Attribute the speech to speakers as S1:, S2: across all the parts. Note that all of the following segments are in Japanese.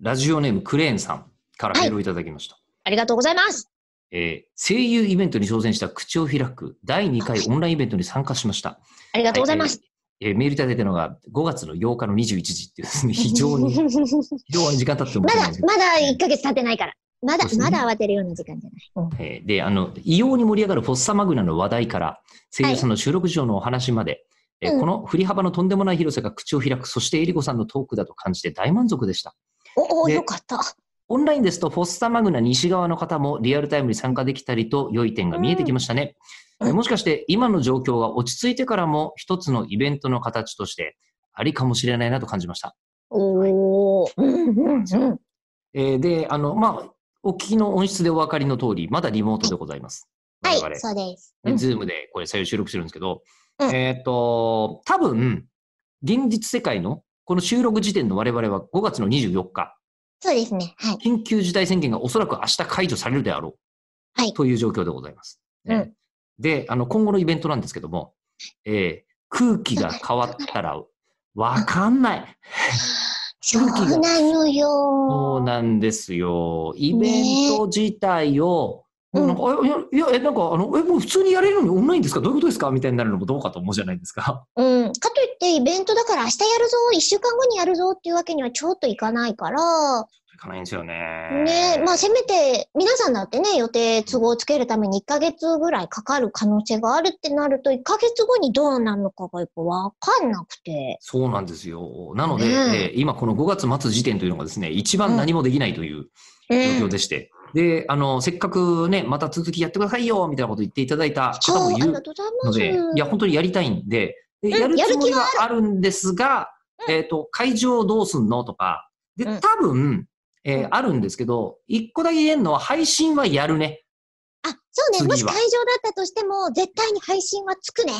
S1: ラジオネームクレーンさんから
S2: は
S1: メ
S2: い
S1: ールをいただきました。
S2: ありがとうございます。
S1: えー声優イベントに挑戦した口を開く第2回オンラインイベントに参加しました。
S2: ありがとうございます。
S1: えーメールいただいたのが5月の8日の21時っていう ですね、非常に、非常に時間経っても
S2: まだ
S1: ないんです、けど
S2: まだ1ヶ月経ってないから。まだ
S1: そうで、すね
S2: まだ慌てるような時間じゃない。
S1: えーで、あの、異様に盛り上がるフォッサマグナの話題から、声優さんの収録上のお話まで、えー
S2: うん
S1: この振り幅のとんでもない広さが口を開く、そしてエリコさんのトークだと感じて大満足でした。
S2: おお、
S1: で
S2: よかった。
S1: オンラインですと、フォッサマグナ西側の方もリアルタイムに参加できたりと、良い点が見えてきましたね。
S2: うん
S1: えもしかして、今の状況が落ち着いてからも、一つのイベントの形として、ありかもしれないなと感じました。
S2: おお、うんうんうん。
S1: えーで、あの、まあ、お聞きの音質でお分かりの通り、まだリモートでございます。
S2: は
S1: 我々
S2: い、そうです。う
S1: で、
S2: ん
S1: ズームでこれ、採用収録してるんですけど、
S2: うん
S1: えっ、と、多分、現実世界の、この収録時点の我々は5月の24日、
S2: そうですね。はい。
S1: 緊急事態宣言がおそらく明日解除されるであろう、
S2: はい
S1: という状況でございます。
S2: うん
S1: えーであの、今後のイベントなんですけども、えー空気が変わったら、わかんない。
S2: そう
S1: 気が
S2: なのよ。
S1: そうなんですよ。イベント自体を、
S2: ね
S1: もうなんか、あいやいや、え、なんか、あの、え、もう普通にやれるのにオンラインですかどういうことですかみたいになるのもどうかと思うじゃないですか。
S2: うん。かといって、イベントだから明日やるぞ、1週間後にやるぞっていうわけにはちょっといかないから、
S1: いかないんですよね。
S2: ね、まあせめて、皆さんだってね、予定都合をつけるために1ヶ月ぐらいかかる可能性があるってなると、1ヶ月後にどうなるのかがやっぱわかんなくて。
S1: そうなんですよ。なので、
S2: ね
S1: えー今この5月末時点というのがですね、一番何もできないという
S2: う
S1: 状況
S2: ん。
S1: でして、で、あの、せっかくね、また続きやってくださいよ、みたいなこと言っていただいた
S2: そう、
S1: 方も
S2: あ
S1: い
S2: り
S1: る
S2: がとうござい
S1: の
S2: ます。
S1: で、いや、本当にやりたいんで、で
S2: うん
S1: やる
S2: やる
S1: つも
S2: 気
S1: りはあるんですが、えっ、と、会場どうすんのとか、で、
S2: うん
S1: 多分、えー
S2: うん
S1: あるんですけど、一個だけ言えるのは、配信はやるね。
S2: あ、そうね。
S1: 次は
S2: もし会場だったとしても、絶対に配信はつくね。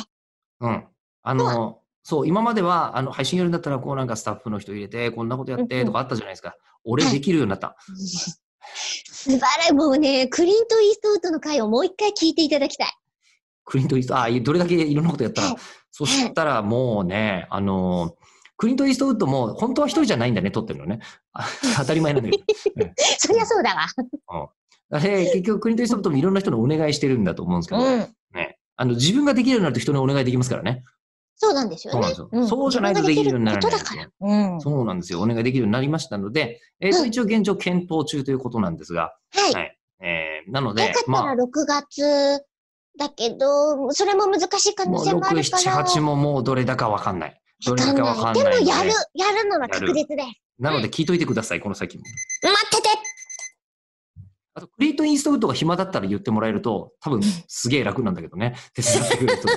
S1: うん。あの、そう、今までは、あの、配信やるんだったら、こうなんかスタッフの人入れて、こんなことやっ
S2: うん
S1: て、
S2: うん
S1: とかあったじゃないですか。俺できるようになった。
S2: 素晴らしい。もうね、クリント・イーストウッドの回をもう一回聞いていただきたい。
S1: クリント・イースト、ああ、どれだけいろんなことやった
S2: は
S1: ら
S2: い、
S1: そしたらもうね、あの、クリント・イーストウッドも、本当は一人じゃないんだね、撮ってるのね。あ 当たり前なんだけど。
S2: そりゃそうだわ。
S1: あれ、結局、クリント・イーストウッドもいろんな人にお願いしてるんだと思うんですけど、
S2: うん。
S1: あの自分ができるようになると人にお願いできますからね。
S2: そうなんですよ
S1: そうな
S2: ね。
S1: んですよ。そうじゃないとできるようにならない
S2: 自分ができることだから。うん。は
S1: そうなんですよ。お願いできるようになりましたので、えっ、
S2: う
S1: と、
S2: ん
S1: 一応現状検討中ということなんですが、
S2: い。
S1: はいえー、なの
S2: よ
S1: で
S2: か、った
S1: ま
S2: ら6月だけど、それも難しい可
S1: あ、も
S2: 能
S1: う
S2: 性
S1: 6、
S2: もあるか
S1: 7、
S2: ら。
S1: 8ももうどれだかわかんない。どれだかわかんない
S2: で
S1: の
S2: も
S1: で。
S2: やる、やるのは確実です。
S1: なので聞いといてください、この先も。
S2: 待ってて
S1: あと、クリート・インストウッドが暇だったら言ってもらえると、多分すげえ楽なんだけどね。手伝ってくれると。